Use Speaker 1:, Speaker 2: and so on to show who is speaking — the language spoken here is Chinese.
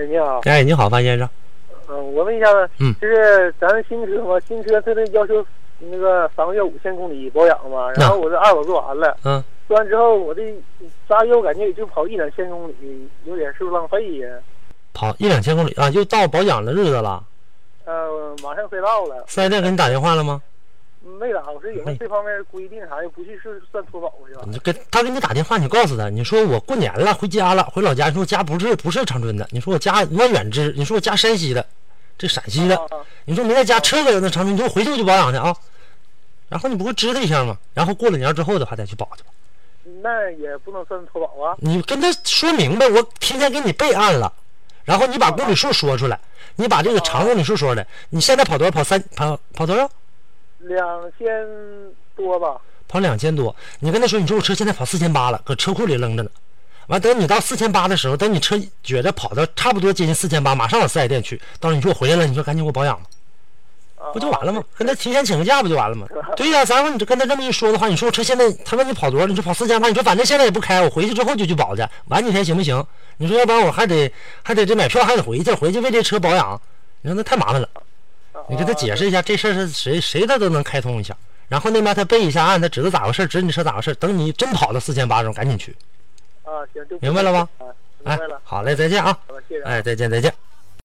Speaker 1: 哎，你好，
Speaker 2: 哎，你好，范先生。
Speaker 1: 嗯，我问一下，
Speaker 2: 嗯
Speaker 1: 就是咱新车嘛，新车它这要求那个三个月五千公里保养嘛，然后我这二手做完了，
Speaker 2: 嗯，
Speaker 1: 做完之后我这仨月我感觉也就跑一两千公里，有点是不是浪费呀？
Speaker 2: 跑一两千公里啊，又到保养的日子了。
Speaker 1: 呃，马上快到了，
Speaker 2: 四 S 店给你打电话了吗？
Speaker 1: 没咋，我说有没
Speaker 2: 哎
Speaker 1: 有这方面规定啥的，不去是算脱保是吧？
Speaker 2: 你就给他给你打电话，你告诉他，你说我过年了，回家了，回老家。你说我家不是不是长春的，你说我家我远支，你说我家山西的，这陕西的，
Speaker 1: 啊，
Speaker 2: 你说没在家，车搁那长春，你说我回去我就保养去啊。然后你不会支他一下吗？然后过了年之后的话再去保去吧。
Speaker 1: 那也不能算脱保啊。
Speaker 2: 你跟他说明白，我提前给你备案了，然后你把公里数说出来，你把这个长公里数说出来。你现在跑多少？跑三跑跑多少？
Speaker 1: 两千多吧，
Speaker 2: 跑两千多，你跟他说，你说我车现在跑四千八了，搁车库里扔着呢。完，等你到四千八的时候，等你车觉着跑到差不多接近四千八，马上往四 S 店去。到时候你说我回来了，你说赶紧给我保养吧，
Speaker 1: 啊、
Speaker 2: 不就完了吗？跟他提前请个假不就完了吗？对呀、然后你就跟他这么一说的话，你说我车现在他问你跑多少，你说跑四千八，你说反正现在也不开，我回去之后就去保去，晚几天行不行？你说要不然我还得还得这买票还得回去，回去为这车保养，你说那太麻烦了。
Speaker 1: 啊？
Speaker 2: 你跟他解释一下这事儿是谁谁他都能开通一下，然后那边他背一下案，他知道咋回事，知道你车咋回事。等你真跑到四千八中，赶紧去，
Speaker 1: 啊，行，就
Speaker 2: 明白了吗？
Speaker 1: 啊，明
Speaker 2: 哎
Speaker 1: 白了，，
Speaker 2: 好嘞，再见啊！
Speaker 1: 好了，谢谢啊。
Speaker 2: 哎，再见，再见。